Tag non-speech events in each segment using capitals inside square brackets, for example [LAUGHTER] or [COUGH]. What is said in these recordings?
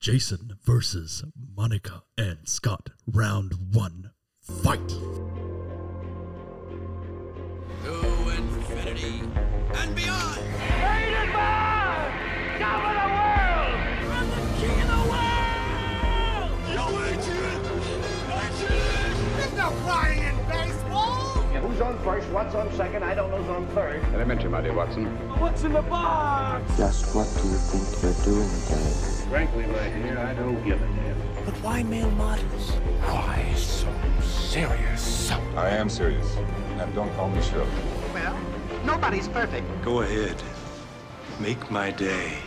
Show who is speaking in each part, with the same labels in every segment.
Speaker 1: Jason versus Monica and Scott, round one, fight.
Speaker 2: to infinity and beyond.
Speaker 3: Rated by Top of the World! I'm the king of the world! Yo, Adrian! Adrian! There's no crying in baseball!
Speaker 4: Who's on first? What's on second? I don't know who's on third.
Speaker 5: Elementary, my dear Watson.
Speaker 3: What's in the box?
Speaker 6: Just what do you think you're doing, Dave?
Speaker 5: Frankly, my dear, I don't give a damn.
Speaker 7: I am serious. And don't call me Shirley.
Speaker 8: Go ahead. Make my day.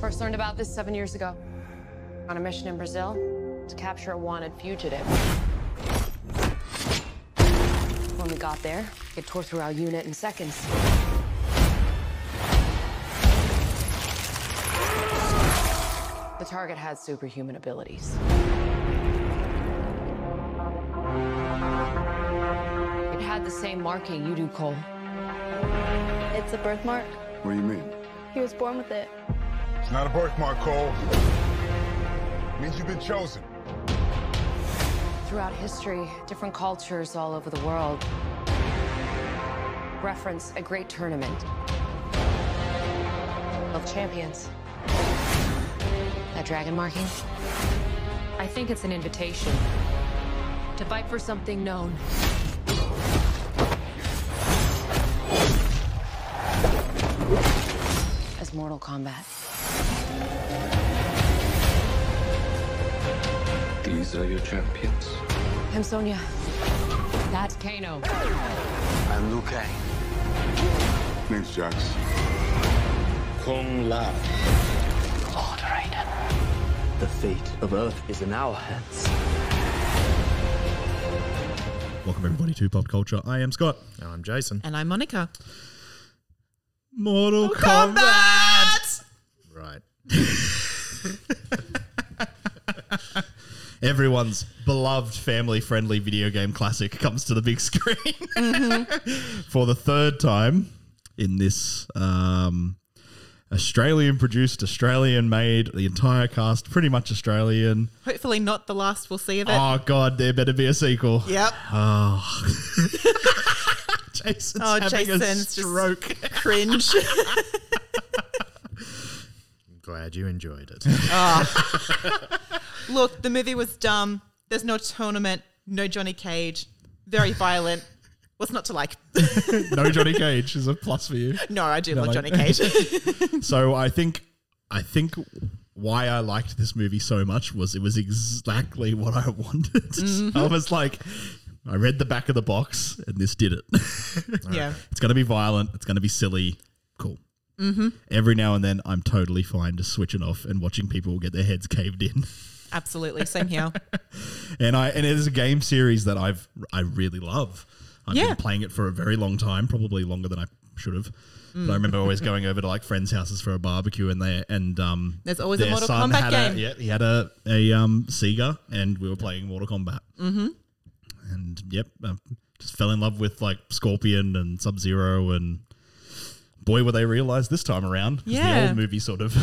Speaker 9: First learned about this seven years ago. On a mission in Brazil to capture a wanted fugitive. When we got there, it tore through our unit in seconds. The target had superhuman abilities. It had the same marking you do, Cole.
Speaker 10: It's a birthmark.
Speaker 7: What do you mean?
Speaker 10: He was born with it.
Speaker 7: It's not a birthmark, Cole. means you've been chosen.
Speaker 9: Throughout history, different cultures all over the world reference a great tournament of champions. That dragon marking? I think it's an invitation to fight for something known. As Mortal Kombat.
Speaker 5: These are your champions.
Speaker 9: I'm Sonya. That's Kano.
Speaker 8: I'm Liu Kang.
Speaker 7: Name's Jax.
Speaker 8: Kung Lao.
Speaker 3: Lord Raiden.
Speaker 8: The fate of Earth is in our hands.
Speaker 1: Welcome, everybody, to Pop Culture. I am Scott.
Speaker 11: And I'm Jason.
Speaker 12: And I'm Monica.
Speaker 1: Mortal Kombat! Right. [LAUGHS] Everyone's beloved family friendly video game classic comes to the big screen
Speaker 12: Mm-hmm.
Speaker 1: [LAUGHS] for the third time in this um, Australian produced, Australian made, the entire cast pretty much Australian.
Speaker 12: Hopefully not the last we'll see of it.
Speaker 1: oh, God, there better be a sequel.
Speaker 12: Yep.
Speaker 1: Oh. Jason's
Speaker 12: Oh,
Speaker 1: having a
Speaker 12: Jason's just-
Speaker 1: stroke. [LAUGHS]
Speaker 12: [LAUGHS] Cringe.
Speaker 11: I'm glad you enjoyed it. [LAUGHS]
Speaker 12: Look, the movie was dumb. There's no tournament, no Johnny Cage, very violent. What's not to like? [LAUGHS]
Speaker 1: no Johnny Cage is a plus for you.
Speaker 12: No, I do
Speaker 1: No,
Speaker 12: love
Speaker 1: like-
Speaker 12: Johnny Cage.
Speaker 1: [LAUGHS] So I think I think why I liked this movie so much was it was exactly what I [LAUGHS] wanted.
Speaker 12: Mm-hmm.
Speaker 1: I was like I read the back of the box and this did it. [LAUGHS]
Speaker 12: yeah.
Speaker 1: it's going to be violent, it's going to be silly. Cool.
Speaker 12: Mm-hmm.
Speaker 1: Every now and then, I'm totally fine just switching off and watching people get their heads caved in. [LAUGHS]
Speaker 12: Absolutely. Same here.
Speaker 1: And I and it is a game series that I've I really love. I've
Speaker 12: Yeah.
Speaker 1: been playing it for a very long time, probably longer than I should have.
Speaker 12: Mm.
Speaker 1: But I remember
Speaker 12: [LAUGHS]
Speaker 1: always going over to like friends' houses for a barbecue, and they and um,
Speaker 12: There's always a
Speaker 1: their
Speaker 12: Mortal
Speaker 1: son
Speaker 12: Kombat
Speaker 1: had
Speaker 12: game.
Speaker 1: A, yeah, he had a a um, Sega, and we were playing Mortal Kombat. Mm-hmm. And yep, I just fell in love with like Scorpion and Sub Zero, and boy, were they realized this time around 'cause the
Speaker 12: Yeah.
Speaker 1: old movie sort of [LAUGHS]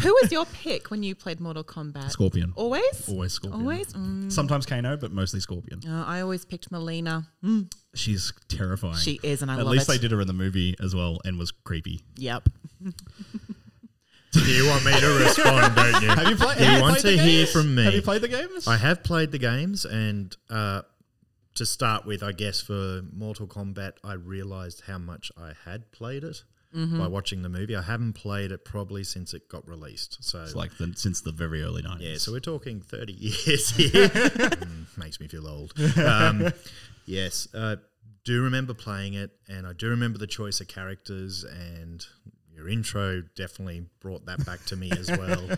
Speaker 12: Who was your pick when you played Mortal Kombat?
Speaker 1: Scorpion,
Speaker 12: Always?
Speaker 1: always Scorpion,
Speaker 12: Always? Mm.
Speaker 1: sometimes Kano, but mostly Scorpion.
Speaker 12: Uh, I always picked Melina. Mm.
Speaker 1: She's terrifying.
Speaker 12: She is, and I
Speaker 1: At
Speaker 12: love
Speaker 1: least
Speaker 12: it.
Speaker 1: they did her in the movie as well and was creepy.
Speaker 12: Yep.
Speaker 11: Do you want me to respond, don't you?
Speaker 1: Have you played?
Speaker 11: You
Speaker 1: have
Speaker 11: want
Speaker 1: played
Speaker 11: to
Speaker 1: the
Speaker 11: hear
Speaker 1: games?
Speaker 11: from me.
Speaker 1: Have you played the games?
Speaker 11: I have played the games, and uh, to start with, I guess for Mortal Kombat, I realized how much I had played it by watching the movie. I haven't played it probably since it got released. So,
Speaker 1: It's like the, since the very early nineties.
Speaker 11: yeah, so we're talking 30 [LAUGHS] years here. Mm, makes me feel old.
Speaker 1: [LAUGHS]
Speaker 11: Um, yes, I do remember playing it, and I do remember the choice of characters, and your intro definitely brought that back to me
Speaker 1: [LAUGHS]
Speaker 11: as well.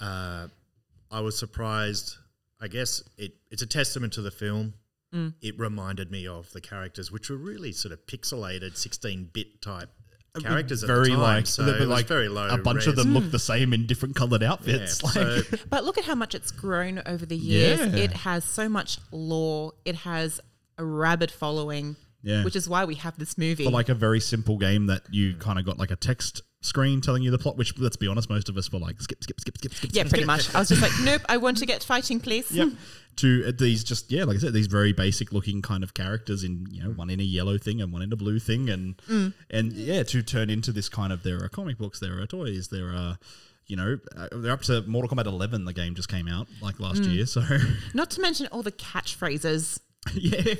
Speaker 11: Uh, I was surprised. I guess it, it's a testament to the film.
Speaker 1: Mm.
Speaker 11: It reminded me of the characters, which were really sort of pixelated, 16 bit type characters at the
Speaker 1: very
Speaker 11: time,
Speaker 1: like,
Speaker 11: so
Speaker 1: they-
Speaker 11: it
Speaker 1: but
Speaker 11: was
Speaker 1: like
Speaker 11: very low
Speaker 1: A bunch of
Speaker 11: res.
Speaker 1: them
Speaker 11: Mm.
Speaker 1: look the same in different coloured outfits.
Speaker 11: Yeah,
Speaker 1: like,
Speaker 12: But look at how much it's grown over the years.
Speaker 1: Yeah.
Speaker 12: It has so much lore. It has a rabid following,
Speaker 1: Yeah.
Speaker 12: which is why we have this movie.
Speaker 1: for like a very simple game that you kind of got like a text screen telling you the plot. Which let's be honest, most of us were like skip, skip, skip, skip, skip.
Speaker 12: yeah,
Speaker 1: skip,
Speaker 12: pretty
Speaker 1: skip.
Speaker 12: much. I was just like, nope, I want to get fighting, please.
Speaker 1: Yep. [LAUGHS] to uh, these just yeah, like I said, these very basic looking kind of characters in you know one in a yellow thing and one in a blue thing, and
Speaker 12: Mm.
Speaker 1: and yeah, to turn into this kind of there are comic books, there are toys, there are. You know, uh, they're up to Mortal Kombat 11. The game just came out like last
Speaker 12: Mm.
Speaker 1: year, so [LAUGHS]
Speaker 12: Not to mention all the catchphrases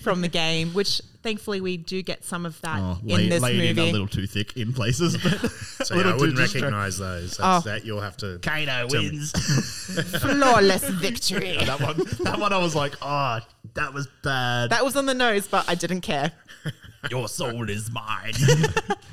Speaker 12: from the game, which thankfully we do get some of that
Speaker 1: oh,
Speaker 12: in
Speaker 1: lay,
Speaker 12: this
Speaker 1: laid in a
Speaker 12: movie.
Speaker 1: little too thick in places.
Speaker 12: [LAUGHS]
Speaker 1: But
Speaker 11: So
Speaker 1: a little
Speaker 11: yeah, I
Speaker 1: too
Speaker 11: wouldn't
Speaker 1: distra-
Speaker 11: recognise those. That's,
Speaker 1: Oh.
Speaker 11: That you'll have to.
Speaker 1: Kano
Speaker 11: tell me.
Speaker 1: [LAUGHS]
Speaker 11: [LAUGHS]
Speaker 12: Flawless victory.
Speaker 1: that one, that one, I was like, oh,
Speaker 11: "Ah,
Speaker 1: that was bad.
Speaker 12: That was on the nose, but I didn't care.
Speaker 1: Your soul is mine. [LAUGHS]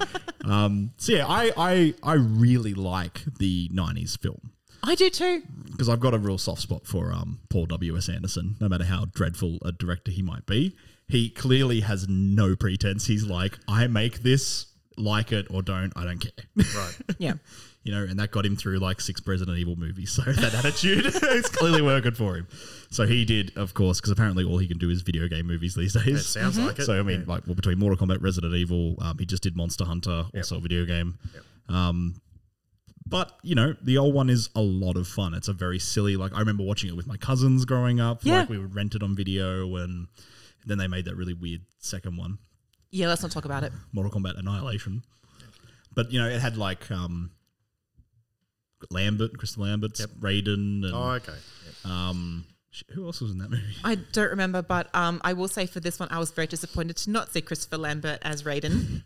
Speaker 1: um, so yeah, I, I I really like the '90s film
Speaker 12: I do too.
Speaker 1: because I've got a real soft spot for um, Paul W S Anderson. No matter how dreadful a director he might be, he clearly has no pretense. He's like, I make this, like it or don't, I don't care. Right. [LAUGHS]
Speaker 12: Yeah.
Speaker 1: You know, and that got him through like six President Evil movies. [LAUGHS] So that attitude is clearly working for him. So he did, of course, because apparently all he can do is video game movies these [LAUGHS] days.
Speaker 11: It sounds Mhm. like it,
Speaker 1: So I mean, like well, between Mortal Kombat, Resident Evil, um, he just did Monster Hunter, also a video game. Um, but you know, the old one is a lot of fun. It's a very silly. Like I remember watching it with my cousins growing up.
Speaker 12: Yeah.
Speaker 1: Like we would rent it on video, and then they made that really weird second one.
Speaker 12: Yeah, let's not talk about it.
Speaker 1: Mortal Kombat Annihilation. But you know, it had like um, Lambert, Crystal Lambert's Raiden. And,
Speaker 11: Oh, okay.
Speaker 1: Um, sh- who else was in that
Speaker 12: [LAUGHS]
Speaker 1: movie?
Speaker 12: I don't remember, but um, I will say for this one, I was very disappointed to not see Christopher Lambert as Raiden.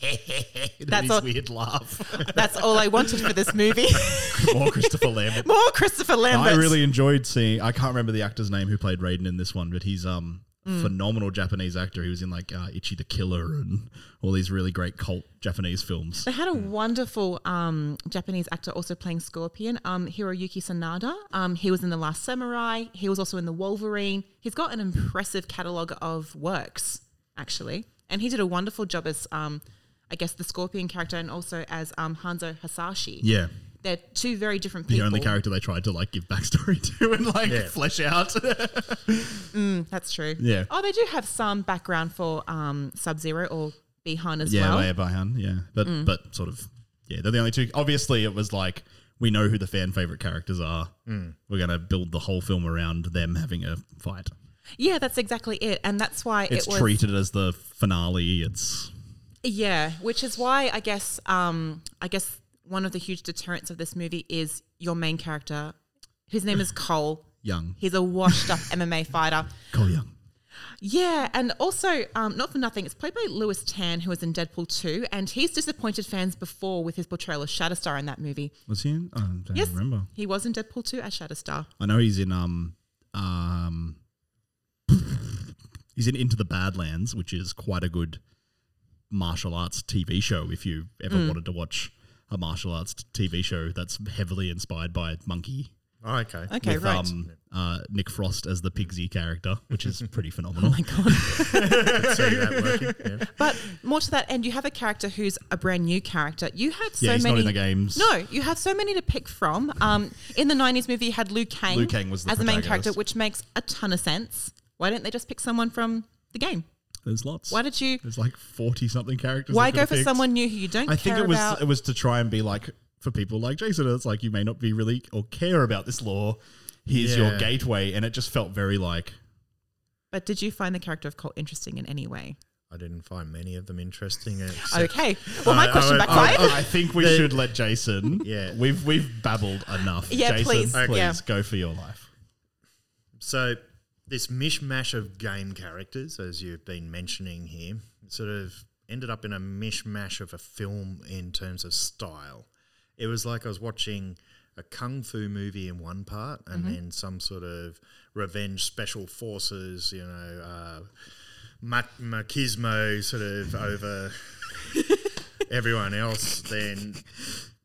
Speaker 1: his weird laugh.
Speaker 12: that's all I wanted for this movie.
Speaker 1: [LAUGHS] More Christopher Lambert.
Speaker 12: More Christopher Lambert.
Speaker 1: I really enjoyed seeing. I can't remember the actor's name who played Raiden in this one, but he's um
Speaker 12: Mm.
Speaker 1: phenomenal Japanese actor. He was in like uh, Ichi the Killer and all these really great cult Japanese films.
Speaker 12: [LAUGHS] They had a wonderful um, Japanese actor also playing Scorpion, um, Hiroyuki Sanada. Um, he was in The Last Samurai. He was also in The Wolverine. He's got an impressive catalogue of works, actually. And he did a wonderful job as, um, I guess, the Scorpion character and also as um, Hanzo Hasashi.
Speaker 1: Yeah.
Speaker 12: They're two very different
Speaker 1: The
Speaker 12: people.
Speaker 1: only character they tried to like give backstory [LAUGHS] to and like
Speaker 11: Yeah.
Speaker 1: flesh out. [LAUGHS]
Speaker 12: Mm, that's true.
Speaker 1: Yeah.
Speaker 12: Oh, they do have some background for um, Sub Zero or Bihan as
Speaker 1: yeah,
Speaker 12: well.
Speaker 1: Leia Bihan, yeah. But
Speaker 12: Mm.
Speaker 1: but sort of yeah, they're the only two. Obviously, it was like we know who the fan favorite characters are.
Speaker 12: Mm.
Speaker 1: We're gonna build the whole film around them having a fight.
Speaker 12: Yeah, that's exactly it. And that's why
Speaker 1: It's
Speaker 12: it was.
Speaker 1: treated as the finale. It's
Speaker 12: Yeah, which is why I guess um, I guess one of the huge deterrents of this movie is your main character, whose
Speaker 1: [CLEARS THROAT]
Speaker 12: name is Cole
Speaker 1: Young.
Speaker 12: He's a [LAUGHS] washed-up MMA fighter.
Speaker 1: Cole Young.
Speaker 12: Yeah, and also um, not for nothing, it's played by Lewis Tan, who was in Deadpool two, and he's disappointed fans before with his portrayal of Shatterstar in that movie.
Speaker 1: was he? In? I don't
Speaker 12: yes,
Speaker 1: remember.
Speaker 12: he was in Deadpool two as Shatterstar.
Speaker 1: I know he's in um um [LAUGHS] he's in Into the Badlands, which is quite a good martial arts TV show if you ever
Speaker 12: Mm.
Speaker 1: wanted to watch a martial arts t- TV show that's heavily inspired by Monkey.
Speaker 11: Oh, okay.
Speaker 12: Okay,
Speaker 1: With,
Speaker 12: right.
Speaker 1: Um, uh, Nick Frost as the Pigsy character, which is
Speaker 12: [LAUGHS]
Speaker 1: pretty phenomenal.
Speaker 12: Oh my God.
Speaker 11: Could see that
Speaker 1: [LAUGHS]
Speaker 11: working, yeah.
Speaker 12: But more to that end, you have a character who's a brand new character. You have so
Speaker 1: Yeah, he's not
Speaker 12: many
Speaker 1: in the games.
Speaker 12: No, you have so many to pick from. Um, in the '90s movie, you had Liu Kang,
Speaker 1: Liu Kang was the
Speaker 12: as the main
Speaker 1: protagonist.
Speaker 12: character, which makes a ton of sense. Why don't they just pick someone from the game?
Speaker 1: There's lots.
Speaker 12: Why did you-
Speaker 1: There's like forty something characters.
Speaker 12: Why
Speaker 1: they
Speaker 12: go
Speaker 1: could've
Speaker 12: for
Speaker 1: picked.
Speaker 12: someone new who you don't
Speaker 1: I think
Speaker 12: care
Speaker 1: it was
Speaker 12: about?
Speaker 1: it was to try and be like for people like Jason. It's like you may not be really or care about this lore. Here's your
Speaker 11: Yeah.
Speaker 1: gateway, and it just felt very like
Speaker 12: But did you find the character of Cole interesting in any way?
Speaker 11: I didn't find many of them interesting. except-
Speaker 12: Okay. Well, my
Speaker 11: I- I
Speaker 12: question
Speaker 11: went-
Speaker 12: backfired.
Speaker 1: oh, I think
Speaker 12: [LAUGHS]
Speaker 1: we should let
Speaker 11: [LAUGHS]
Speaker 1: Jason. yeah, we've we've babbled enough.
Speaker 12: Yeah,
Speaker 1: Jason,
Speaker 12: please,
Speaker 1: please
Speaker 12: yeah.
Speaker 1: go for your life.
Speaker 11: So this mishmash of game characters, as you've been mentioning here, sort of ended up in a mishmash of a film in terms of style. It was like I was watching a kung fu movie in one part, and
Speaker 13: Mhm.
Speaker 11: then some sort of revenge special forces, you know, uh, mac- machismo sort of over everyone else. Then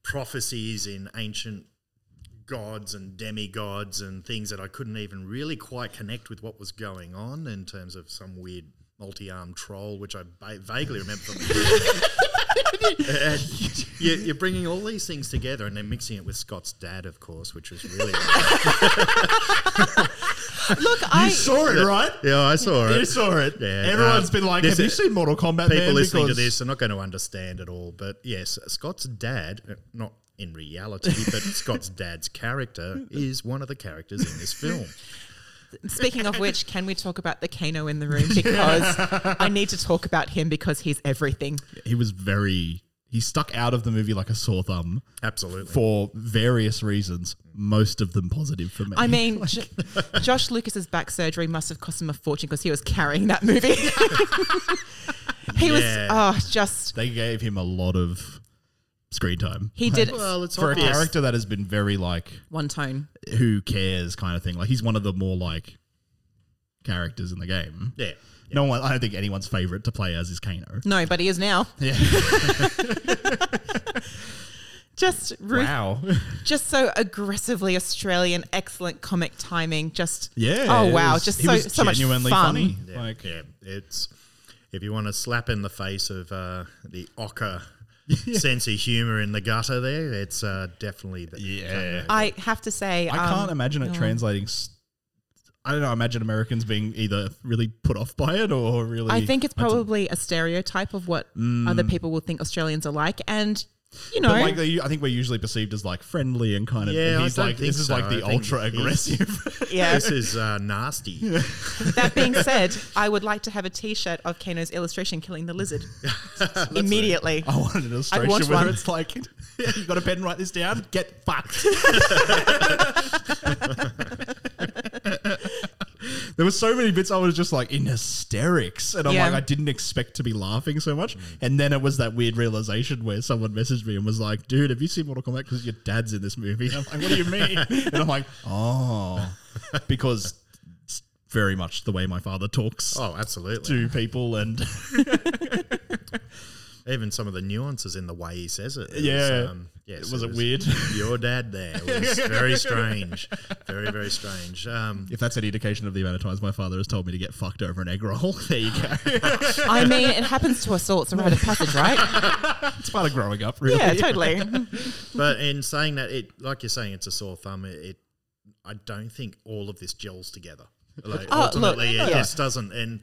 Speaker 11: prophecies in ancient gods and demigods and things that I couldn't even really quite connect with what was
Speaker 1: [LAUGHS]
Speaker 11: going on in terms of some weird multi-armed troll, which I ba- vaguely remember from the And you- you're bringing all these things together and then mixing it with Scott's dad, of course, which
Speaker 1: [LAUGHS]
Speaker 11: was really.
Speaker 12: Look, I
Speaker 1: saw it, right?
Speaker 11: Yeah, I saw it.
Speaker 1: You saw it.
Speaker 11: Yeah,
Speaker 1: Everyone's
Speaker 11: Everyone's
Speaker 1: been like, "Have you seen Mortal Kombat?"
Speaker 11: People
Speaker 1: man?"
Speaker 11: listening to
Speaker 1: Because-
Speaker 11: this are not going to understand it all, but yes, Scott's dad, uh, not in reality,
Speaker 1: [LAUGHS]
Speaker 11: but Scott's dad's character is one of the characters in this film.
Speaker 12: [LAUGHS] Speaking of which, can we talk about the Kano in the room?
Speaker 1: [LAUGHS]
Speaker 12: Because I need to talk about him because he's everything.
Speaker 1: he was very he stuck out of the movie like a sore thumb.
Speaker 11: Absolutely.
Speaker 1: For various reasons, most of them positive for me.
Speaker 12: I mean, Jo- Josh Lucas's back surgery must have cost him a fortune because he was carrying
Speaker 1: [LAUGHS]
Speaker 12: that movie. he
Speaker 1: Yeah.
Speaker 12: was oh,
Speaker 1: [LAUGHS]
Speaker 12: just
Speaker 1: they gave him a lot of screen time.
Speaker 12: He did- Well, it's
Speaker 1: for
Speaker 12: obvious.
Speaker 1: a character that has been very like
Speaker 12: one tone.
Speaker 1: who cares kind of thing. Like he's one of the more like characters in the game.
Speaker 11: Yeah.
Speaker 1: No one I don't think anyone's favorite to play as is Kano.
Speaker 12: No, but he is now.
Speaker 1: Yeah.
Speaker 12: [LAUGHS] just Ruth,
Speaker 1: Wow. [LAUGHS]
Speaker 12: just so aggressively Australian. Excellent comic timing. Just
Speaker 11: Yeah,
Speaker 12: Oh
Speaker 11: it
Speaker 12: wow,
Speaker 11: was-
Speaker 12: just
Speaker 11: he
Speaker 12: so
Speaker 11: was
Speaker 12: so much
Speaker 11: genuinely
Speaker 12: fun.
Speaker 11: funny. Yeah, yeah, it's if you want to slap in the face of uh, the ochre
Speaker 1: [LAUGHS]
Speaker 11: sense of humor in the gutter, there, it's uh, definitely the yeah.
Speaker 12: I have to say,
Speaker 1: I
Speaker 12: um,
Speaker 1: can't imagine it
Speaker 12: no.
Speaker 1: translating. s I don't know. I imagine Americans being either really put off by it or really.
Speaker 12: I think it's
Speaker 1: don't-
Speaker 12: probably a stereotype of what
Speaker 1: Mm.
Speaker 12: other people will think Australians are like, and you know,
Speaker 1: But like they, I think we're usually perceived as like friendly and kind of.
Speaker 11: Yeah,
Speaker 1: and
Speaker 11: I
Speaker 1: he's
Speaker 11: don't
Speaker 1: like
Speaker 11: think
Speaker 1: this is
Speaker 11: so.
Speaker 1: like
Speaker 11: I
Speaker 1: the
Speaker 11: think
Speaker 1: ultra
Speaker 11: he's- [LAUGHS]
Speaker 1: aggressive. [LAUGHS]
Speaker 12: Yeah.
Speaker 11: This is uh, nasty.
Speaker 12: That being said, I would like to have a T-shirt of Kano's illustration killing the
Speaker 1: [LAUGHS]
Speaker 12: lizard immediately.
Speaker 1: I want an illustration
Speaker 12: want
Speaker 1: where
Speaker 12: one.
Speaker 1: it's like [LAUGHS] you got a pen, write this down, get fucked. there were so many bits I was just like in hysterics, and I'm
Speaker 12: Yeah.
Speaker 1: like I didn't expect to be laughing so much. And then it was that weird realization where someone messaged me and was like, "Dude, have you seen Mortal Kombat? Because your dad's in this movie." [LAUGHS] And I'm like, "What do you mean?" and I'm like, "Oh, because." it's Very much the way my father talks.
Speaker 11: Oh, absolutely.
Speaker 1: To people and
Speaker 11: Even some of the nuances in the way he says it. um,
Speaker 1: Yeah.
Speaker 11: yes,
Speaker 1: Was it weird?
Speaker 11: Your dad there
Speaker 1: [LAUGHS]
Speaker 11: was very strange. Very, very strange. Um,
Speaker 1: If that's any indication of the amount of times my father has told me to get fucked over an egg roll, [LAUGHS] there you go.
Speaker 12: I mean, it happens to us all. It's a rite of
Speaker 1: [LAUGHS]
Speaker 12: passage, right?
Speaker 1: it's part of growing up, really. [LAUGHS]
Speaker 12: Yeah, totally.
Speaker 11: but in saying that, it like you're saying, it's a sore thumb. It, it I don't think all of this gels
Speaker 12: [LAUGHS]
Speaker 11: together. Like
Speaker 12: Oh, look,
Speaker 11: ultimately, it
Speaker 12: yeah.
Speaker 11: just doesn't. And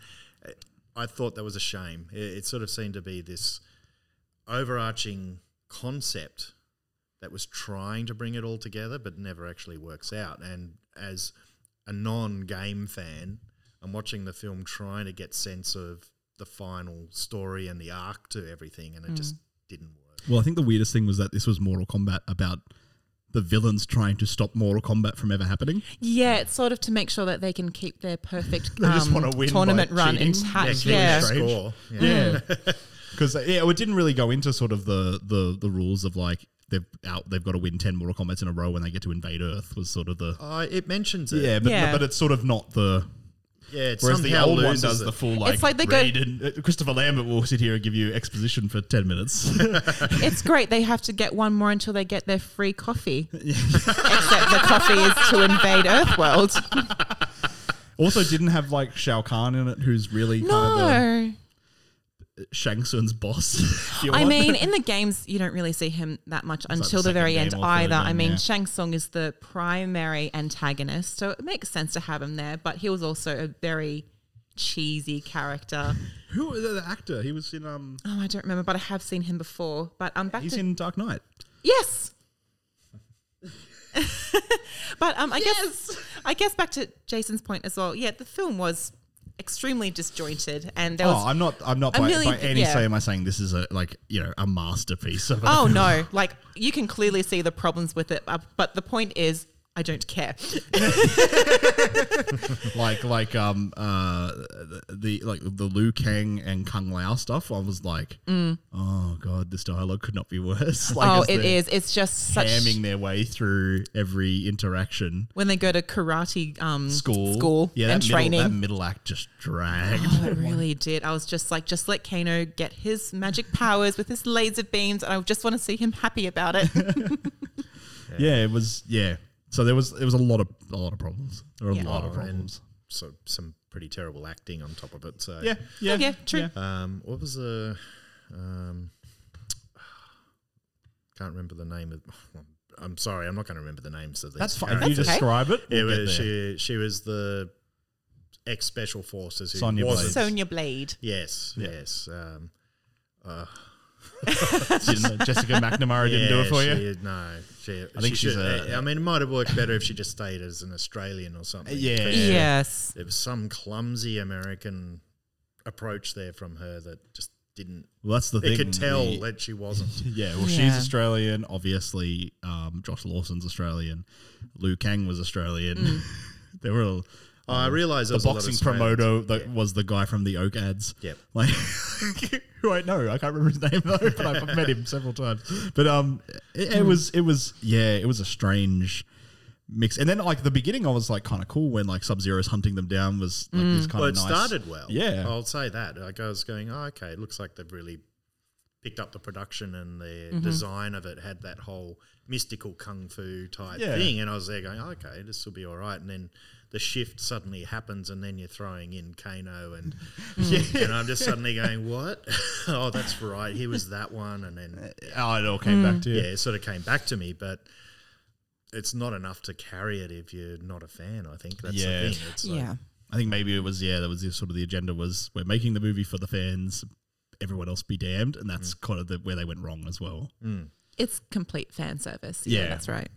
Speaker 11: uh, I thought that was a shame. It, it sort of seemed to be this overarching concept that was trying to bring it all together, but never actually works out. And as a non-game fan, I'm watching the film trying to get sense of the final story and the arc to everything,
Speaker 12: Mm.
Speaker 11: and it just didn't work.
Speaker 1: Well, I think the weirdest thing was that this was Mortal Kombat about the villains trying to stop Mortal Kombat from ever happening.
Speaker 12: yeah, it's sort of to make sure that they can keep their perfect
Speaker 1: They just
Speaker 12: um,
Speaker 1: wanna win by
Speaker 12: tournament run
Speaker 1: cheating.
Speaker 12: intact.
Speaker 1: Yeah,
Speaker 12: Yeah,
Speaker 1: keep it
Speaker 11: Score. Yeah.
Speaker 1: Yeah. [LAUGHS] Because yeah, it didn't really go into sort of the the, the rules of like they've out they've got to win ten Mortal Kombats in a row when they get to invade Earth was sort of the
Speaker 11: Uh, it mentions it.
Speaker 1: yeah, but
Speaker 12: Yeah.
Speaker 1: but it's sort of not the
Speaker 11: Yeah, it
Speaker 1: Whereas the
Speaker 11: somehow
Speaker 1: old one
Speaker 11: loses
Speaker 1: does
Speaker 11: it.
Speaker 1: the full like,
Speaker 12: It's like they go-
Speaker 1: read and uh, Christopher Lambert will sit here and give you exposition for ten minutes.
Speaker 12: it's great. They have to get one more until they get their free coffee.
Speaker 1: [LAUGHS]
Speaker 12: Except the coffee is to invade Earthworld.
Speaker 1: [LAUGHS] also, didn't have like Shao Kahn in it, who's really kind of the,
Speaker 12: No.
Speaker 1: Shang Tsung's boss. [LAUGHS] if you
Speaker 12: [LAUGHS] I
Speaker 1: want.
Speaker 12: mean, in
Speaker 1: [LAUGHS]
Speaker 12: the games, you don't really see him that much
Speaker 1: like
Speaker 12: until
Speaker 1: the
Speaker 12: the very
Speaker 1: second
Speaker 12: end
Speaker 1: game or third
Speaker 12: either. I
Speaker 1: game,
Speaker 12: mean,
Speaker 1: yeah.
Speaker 12: Shang Tsung is the primary antagonist, so it makes sense to have him there, but he was also a very
Speaker 1: [LAUGHS]
Speaker 12: cheesy character.
Speaker 1: who the, the actor? He was in um,
Speaker 12: Oh, I don't remember, but I have seen him before. But um, back
Speaker 1: he's
Speaker 12: to
Speaker 1: in Dark Knight.
Speaker 12: yes. [LAUGHS] but um, I guess I guess back to Jason's point as well. Yeah, the film was extremely disjointed, and there
Speaker 1: Oh,
Speaker 12: was
Speaker 1: I'm not. I'm not
Speaker 12: a
Speaker 1: by,
Speaker 12: million
Speaker 1: by
Speaker 12: th-
Speaker 1: any
Speaker 12: yeah.
Speaker 1: say am I saying this is a like you know a masterpiece. Of
Speaker 12: Oh no! Like you can clearly see the problems with it, uh, but the point is, I don't care.
Speaker 1: [LAUGHS] like like um uh the, the like the Liu Kang and Kung Lao stuff. I was like, oh god, this dialogue could not be worse. [LAUGHS] Like,
Speaker 12: oh,
Speaker 1: as
Speaker 12: it
Speaker 1: they're
Speaker 12: is. It's just such
Speaker 1: Hamming their way through every interaction.
Speaker 12: when they go to karate um,
Speaker 1: School,
Speaker 12: school,
Speaker 1: yeah, that
Speaker 12: and
Speaker 1: middle,
Speaker 12: training.
Speaker 1: That middle act just dragged.
Speaker 12: Oh, it really did. I was just like, just let Kano get his magic powers with his laser beams, and I just want to see him happy about
Speaker 1: [LAUGHS]
Speaker 12: it.
Speaker 1: yeah, it was. Yeah, so there was. It was a lot of a lot of problems. There were
Speaker 12: Yeah.
Speaker 1: a lot of
Speaker 11: Oh, and-
Speaker 1: problems.
Speaker 11: so some pretty terrible acting on top of it. So
Speaker 1: Yeah, yeah,
Speaker 12: yeah, true.
Speaker 11: Um, what was the um, can't remember the name of. [LAUGHS] I'm sorry, I'm not going to remember the names of these.
Speaker 1: That's fine. If you
Speaker 11: characters.
Speaker 1: describe it,
Speaker 11: Yeah,
Speaker 1: we'll
Speaker 11: but
Speaker 1: get
Speaker 11: she she was the ex special forces. Who
Speaker 1: Sonya Blade.
Speaker 11: wasn't-
Speaker 12: Sonya Blade.
Speaker 11: Yes,
Speaker 1: Yeah.
Speaker 11: yes. Um, uh,
Speaker 12: [LAUGHS]
Speaker 1: Didn't- Jessica McNamara didn't do it for
Speaker 11: she-
Speaker 1: you?
Speaker 11: No, she.
Speaker 1: I think
Speaker 11: she
Speaker 1: she's
Speaker 11: should-
Speaker 1: a-
Speaker 11: I mean, it might have worked better if she just stayed as an Australian or something.
Speaker 1: Yeah.
Speaker 11: But
Speaker 1: Yes.
Speaker 11: There was some clumsy American approach there from her that just didn't.
Speaker 1: Well, that's the
Speaker 11: It
Speaker 1: thing.
Speaker 11: could tell
Speaker 1: The-
Speaker 11: that she wasn't.
Speaker 1: [LAUGHS] yeah, well, she's
Speaker 11: Yeah.
Speaker 1: Australian. Obviously, um, Josh Lawson's Australian. Liu Kang was Australian.
Speaker 11: Mm.
Speaker 1: [LAUGHS] there were. a-
Speaker 11: Oh, I realise
Speaker 1: the
Speaker 11: there was a lot of
Speaker 1: boxing
Speaker 11: Australians.
Speaker 1: promoter that was the guy from the Oak ads.
Speaker 11: Yep.
Speaker 1: like [LAUGHS] who I know. I can't remember his name though, but I've met him several times. But um, it,
Speaker 11: Hmm.
Speaker 1: it was it was yeah, it was a strange mix. And then like the beginning, I was like kind of cool when like Sub Zero's hunting them down was like this kind
Speaker 11: Hmm. well,
Speaker 1: of
Speaker 11: it
Speaker 1: nice.
Speaker 11: started well. Oh.
Speaker 1: Yeah,
Speaker 11: I'll say that. Like I was going, oh, okay, it looks like they've really picked up the production and the
Speaker 1: Mhm.
Speaker 11: design of it had that whole mystical kung fu type
Speaker 1: Yeah.
Speaker 11: thing. And I was there going, "Oh, okay, this will be all right. And then the shift suddenly happens, and then you're throwing in
Speaker 1: [LAUGHS]
Speaker 11: Kano, and [LAUGHS] and I'm just suddenly going, what? [LAUGHS] oh, that's right. Here was that one, and then
Speaker 1: oh, it all came back Mm. to you.
Speaker 11: Hmm. Yeah, it sort of came back to me, but. It's not enough to carry it if you're not a fan. I think that's
Speaker 1: yeah,
Speaker 11: the thing. It's like,
Speaker 1: I think maybe it was yeah. That was the, sort of the agenda was we're making the movie for the fans. Everyone else be damned, and that's
Speaker 11: Hmm.
Speaker 1: kind of the, where they went wrong as well.
Speaker 12: It's complete fan service.
Speaker 1: Yeah.
Speaker 12: yeah that's right.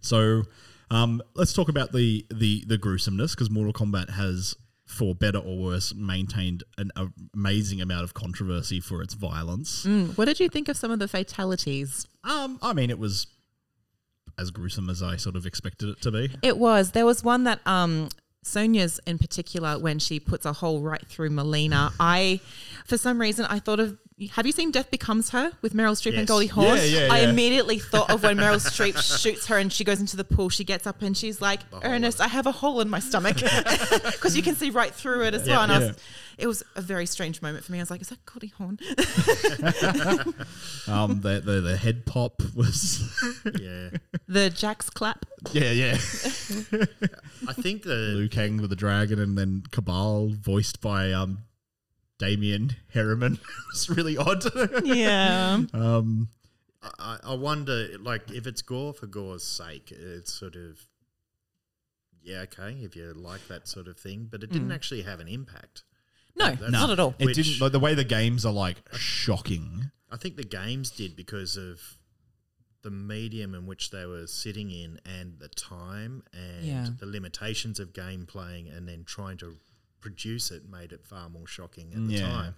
Speaker 1: So um, let's talk about the the the gruesomeness because Mortal Kombat has, for better or worse, maintained an a- amazing amount of controversy for its violence.
Speaker 12: Mm, What did you think of some of the fatalities?
Speaker 1: Um, I mean, it was as gruesome as I sort of expected it to be.
Speaker 12: It was. There was one that um Sonia's in particular when she puts a hole right through Melina. I for some reason I thought of have you seen Death Becomes Her with Meryl Streep
Speaker 9: Yes.
Speaker 12: and Goldie Hawn?
Speaker 9: Yeah, yeah,
Speaker 12: I
Speaker 9: yeah.
Speaker 12: immediately thought of when Meryl
Speaker 9: [LAUGHS]
Speaker 12: Streep shoots her and she goes into the pool. She gets up and she's like, "Ernest, I have a hole in my
Speaker 9: [LAUGHS]
Speaker 12: stomach," because you can see right through it as
Speaker 1: Yeah,
Speaker 12: well. And I
Speaker 1: yeah.
Speaker 12: was, it was a very strange moment for me. I was like, "Is that Goldie Hawn?" [LAUGHS]
Speaker 1: Um, the, the the head pop was
Speaker 11: yeah.
Speaker 12: the Jack's clap.
Speaker 1: [LAUGHS] yeah yeah.
Speaker 11: I think
Speaker 1: [LAUGHS]
Speaker 11: the
Speaker 1: Liu Kang with the dragon, and then Cabal voiced by um, Damien Harriman. [LAUGHS] it's really odd.
Speaker 12: Yeah.
Speaker 1: Um,
Speaker 11: I, I wonder, like, if it's gore for gore's sake, it's sort of, yeah, okay, if you like that sort of thing, but it didn't
Speaker 12: Mm.
Speaker 11: actually have an impact.
Speaker 12: No,
Speaker 11: That's-
Speaker 1: no, It
Speaker 11: which
Speaker 1: didn't. Like, the way the games are like shocking.
Speaker 11: I think the games did because of the medium in which they were sitting in and the time and
Speaker 12: Yeah.
Speaker 11: the limitations of game playing and then trying to produce it made it far more shocking at the
Speaker 1: Yeah.
Speaker 11: time.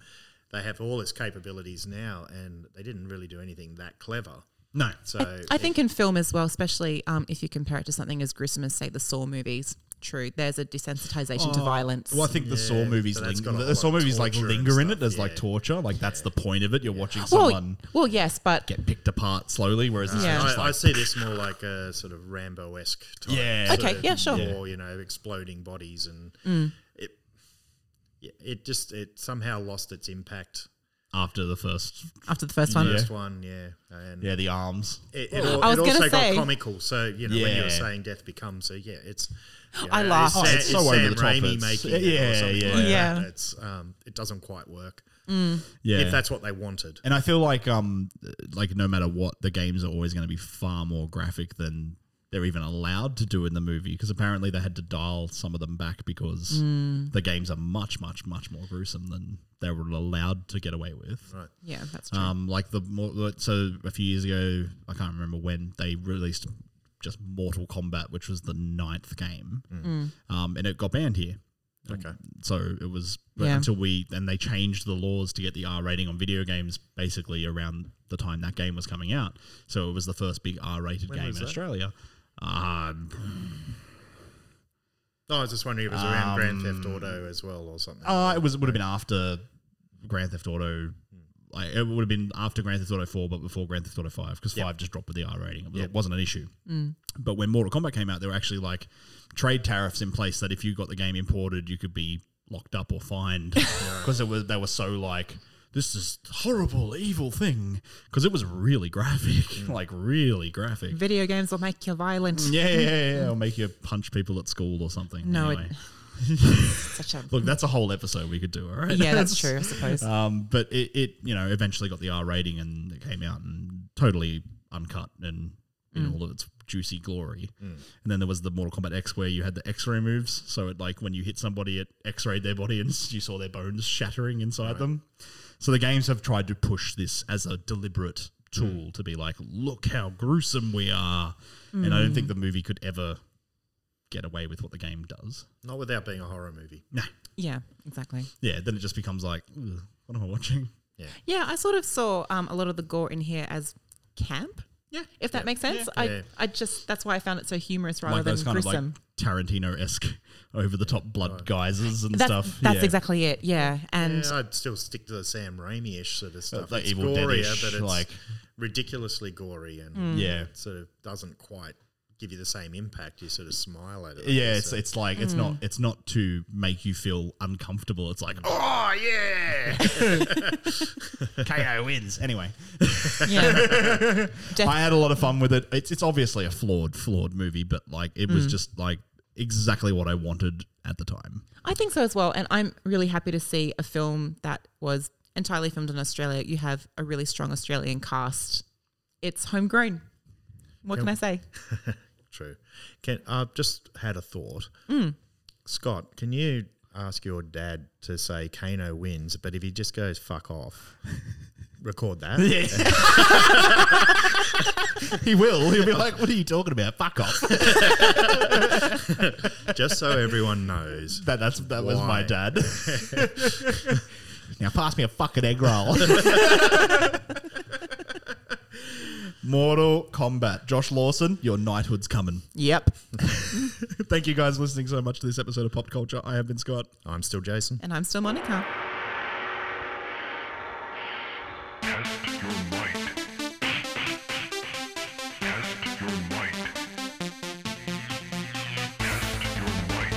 Speaker 11: They have all its capabilities now and they didn't really do anything that clever.
Speaker 1: No.
Speaker 11: So
Speaker 12: I
Speaker 11: it-
Speaker 12: think in film as well, especially um, if you compare it to something as gruesome as, say, the Saw movies. True, there's a desensitization to
Speaker 1: Oh,
Speaker 12: violence.
Speaker 1: Well, I think the Saw
Speaker 11: Yeah,
Speaker 1: movies,
Speaker 11: but that's
Speaker 1: ling-
Speaker 11: got a
Speaker 1: the
Speaker 11: whole
Speaker 1: Saw
Speaker 11: lot of
Speaker 1: movies like
Speaker 11: torture and
Speaker 1: linger in it
Speaker 11: stuff,
Speaker 1: There's like
Speaker 11: yeah.
Speaker 1: torture. Like that's the point of it. You're watching
Speaker 12: Well,
Speaker 1: someone
Speaker 12: well, yes, but
Speaker 1: get picked apart slowly, whereas it's
Speaker 12: Yeah.
Speaker 1: just
Speaker 11: I,
Speaker 1: like
Speaker 11: I see this more like a sort of Rambo esque type.
Speaker 1: Yeah.
Speaker 11: sort
Speaker 12: Okay,
Speaker 11: of
Speaker 12: yeah, sure.
Speaker 11: More, you know, exploding bodies and
Speaker 12: Mm.
Speaker 11: it. Yeah, it just it somehow lost its impact.
Speaker 1: after the first,
Speaker 12: After the first one.
Speaker 11: First one, yeah, and
Speaker 1: yeah, the arms.
Speaker 11: It, it,
Speaker 12: Well,
Speaker 11: al-
Speaker 12: Oh, I
Speaker 11: it
Speaker 12: was gonna
Speaker 11: also
Speaker 12: say-
Speaker 11: got comical. So you know when you
Speaker 1: Yeah.
Speaker 11: were saying death becomes, so yeah, it's. you
Speaker 12: I
Speaker 11: know,
Speaker 12: laughed.
Speaker 1: Oh,
Speaker 11: Sa-
Speaker 1: it's so over
Speaker 11: Sam
Speaker 1: the top,
Speaker 11: Raimi
Speaker 1: it's-
Speaker 11: making it
Speaker 1: yeah,
Speaker 11: or something
Speaker 1: yeah.
Speaker 11: like
Speaker 12: Yeah.
Speaker 11: That. It's um, it doesn't quite work.
Speaker 12: Mm.
Speaker 1: Yeah.
Speaker 11: if that's what they wanted.
Speaker 1: And I feel like um like no matter what, the games are always going to be far more graphic than they're even allowed to do in the movie because apparently they had to dial some of them back because
Speaker 12: Mm.
Speaker 1: the games are much much much more gruesome than they were allowed to get away with.
Speaker 11: Right.
Speaker 12: Yeah, that's true.
Speaker 1: Um, like the more like, so a few years ago, I can't remember when they released just Mortal Kombat, which was the ninth game,
Speaker 12: Mm.
Speaker 1: um, and it got banned here.
Speaker 11: Okay.
Speaker 1: Mm. So it was but
Speaker 12: Yeah.
Speaker 1: until we and they changed the laws to get the R rating on video games basically around the time that game was coming out. So it was the first big R rated
Speaker 11: When
Speaker 1: game in
Speaker 11: was that?
Speaker 1: Australia. Um,
Speaker 11: No, Oh, I was just wondering if it was around
Speaker 1: Um,
Speaker 11: Grand Theft Auto as well or something.
Speaker 1: Uh, it was would have been after Grand Theft Auto. Like it would have been after Grand Theft Auto Four, but before Grand Theft Auto Five, because Five just dropped with the R rating. It was-
Speaker 11: Yep.
Speaker 1: it wasn't an issue.
Speaker 12: Mm.
Speaker 1: But when Mortal Kombat came out, there were actually like trade tariffs in place that if you got the game imported, you could be locked up or fined [LAUGHS] because it was they were so like this is horrible evil thing because it was really graphic, [LAUGHS] like really graphic.
Speaker 12: Video games will make you violent.
Speaker 1: Yeah, yeah, yeah, yeah. Or make you punch people at school or something.
Speaker 12: No, it-
Speaker 1: anyway.
Speaker 12: Such a
Speaker 1: Look, Uh, that's a whole episode we could do, all right? [LAUGHS]
Speaker 12: Yeah, that's true, I suppose.
Speaker 1: Um, but it, it, you know, eventually got the R rating and it came out and totally uncut and in all of its juicy glory.
Speaker 11: Mm.
Speaker 1: And then there was the Mortal Kombat X where you had the X-ray moves, so it like when you hit somebody, it X-rayed their body and [LAUGHS] you saw their bones shattering inside them. So the games have tried to push this as a deliberate tool to be like, look how gruesome we are. And I don't
Speaker 11: Mm.
Speaker 1: think the movie could ever get away with what the game does.
Speaker 11: Not without being a horror movie.
Speaker 1: No.
Speaker 12: Yeah, exactly.
Speaker 1: Yeah, then it just becomes like, "Ugh, what am I watching?
Speaker 11: Yeah.
Speaker 12: Yeah, I sort of saw um, a lot of the gore in here as camp.
Speaker 1: Yeah,
Speaker 12: if that makes sense. I,
Speaker 1: Yeah.
Speaker 12: I just that's why I found it so humorous rather
Speaker 1: like
Speaker 12: than
Speaker 1: those kind
Speaker 12: gruesome.
Speaker 1: of like Tarantino [LAUGHS] esque over the top blood guises and
Speaker 12: That's-
Speaker 1: stuff.
Speaker 12: that's
Speaker 1: Yeah.
Speaker 12: exactly it. Yeah, and
Speaker 11: Yeah, I'd still stick to the Sam Raimi ish sort of stuff.
Speaker 1: the
Speaker 11: it's
Speaker 1: Uh, Evil
Speaker 11: gorier,
Speaker 1: Dead-ish,
Speaker 11: but it's
Speaker 1: like-
Speaker 11: ridiculously gory and
Speaker 1: Mm. Yeah.
Speaker 11: sort of doesn't quite give you the same impact. You sort of smile at it.
Speaker 1: Yeah, it's
Speaker 11: So-
Speaker 1: it's like
Speaker 12: Mm.
Speaker 1: it's not it's not to make you feel uncomfortable. It's
Speaker 12: Mm.
Speaker 1: like oh yeah,
Speaker 12: [LAUGHS]
Speaker 1: KO wins anyway. [LAUGHS]
Speaker 12: Yeah.
Speaker 1: I had a lot of fun with it. It's it's obviously a flawed flawed movie, but like it was
Speaker 12: Mm.
Speaker 1: just like exactly what I wanted at the
Speaker 12: [LAUGHS]
Speaker 1: time. [LAUGHS]
Speaker 12: I think so as well. And I'm really happy to see a film that was entirely filmed in Australia. You have a really strong Australian cast. It's homegrown. What can I say?
Speaker 11: True. Can I've just had a thought.
Speaker 12: Mm.
Speaker 11: Scott, can you ask your dad to say Kano wins, but if he just goes
Speaker 1: [LAUGHS]
Speaker 11: fuck off, record that.
Speaker 1: he will. He'll be like, "What are you talking about? Fuck off."
Speaker 11: just so everyone knows
Speaker 1: that that's that was my
Speaker 11: why.
Speaker 1: dad. now pass me a fucking egg roll. Mortal Kombat. Josh Lawson, your knighthood's coming.
Speaker 12: Yep.
Speaker 1: Thank you guys for listening so much to this episode of Pop Culture. I have been Scott.
Speaker 11: I'm still Jason.
Speaker 12: And I'm still Monica.
Speaker 3: Test your might. Test your might. Test your might.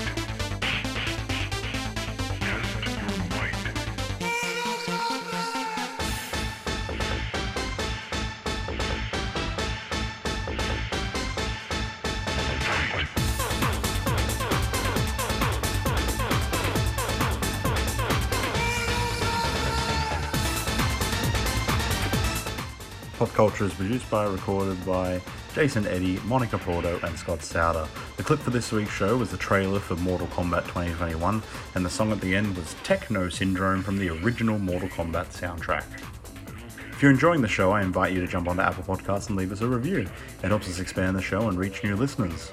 Speaker 3: Test your might.
Speaker 13: Pop Culture is produced by, recorded by Jason Eddy, Monica Porto, and Scott Souter. The clip for this week's show was the trailer for Mortal Kombat 2021, and the song at the end was Techno Syndrome from the original Mortal Kombat soundtrack. If you're enjoying the show, I invite you to jump onto Apple Podcasts and leave us a review. It helps us expand the show and reach new listeners.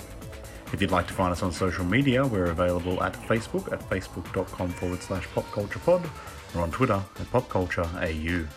Speaker 13: If you'd like to find us on social media, we're available at Facebook at facebook.com forward slash popculturepod or on Twitter at popcultureau.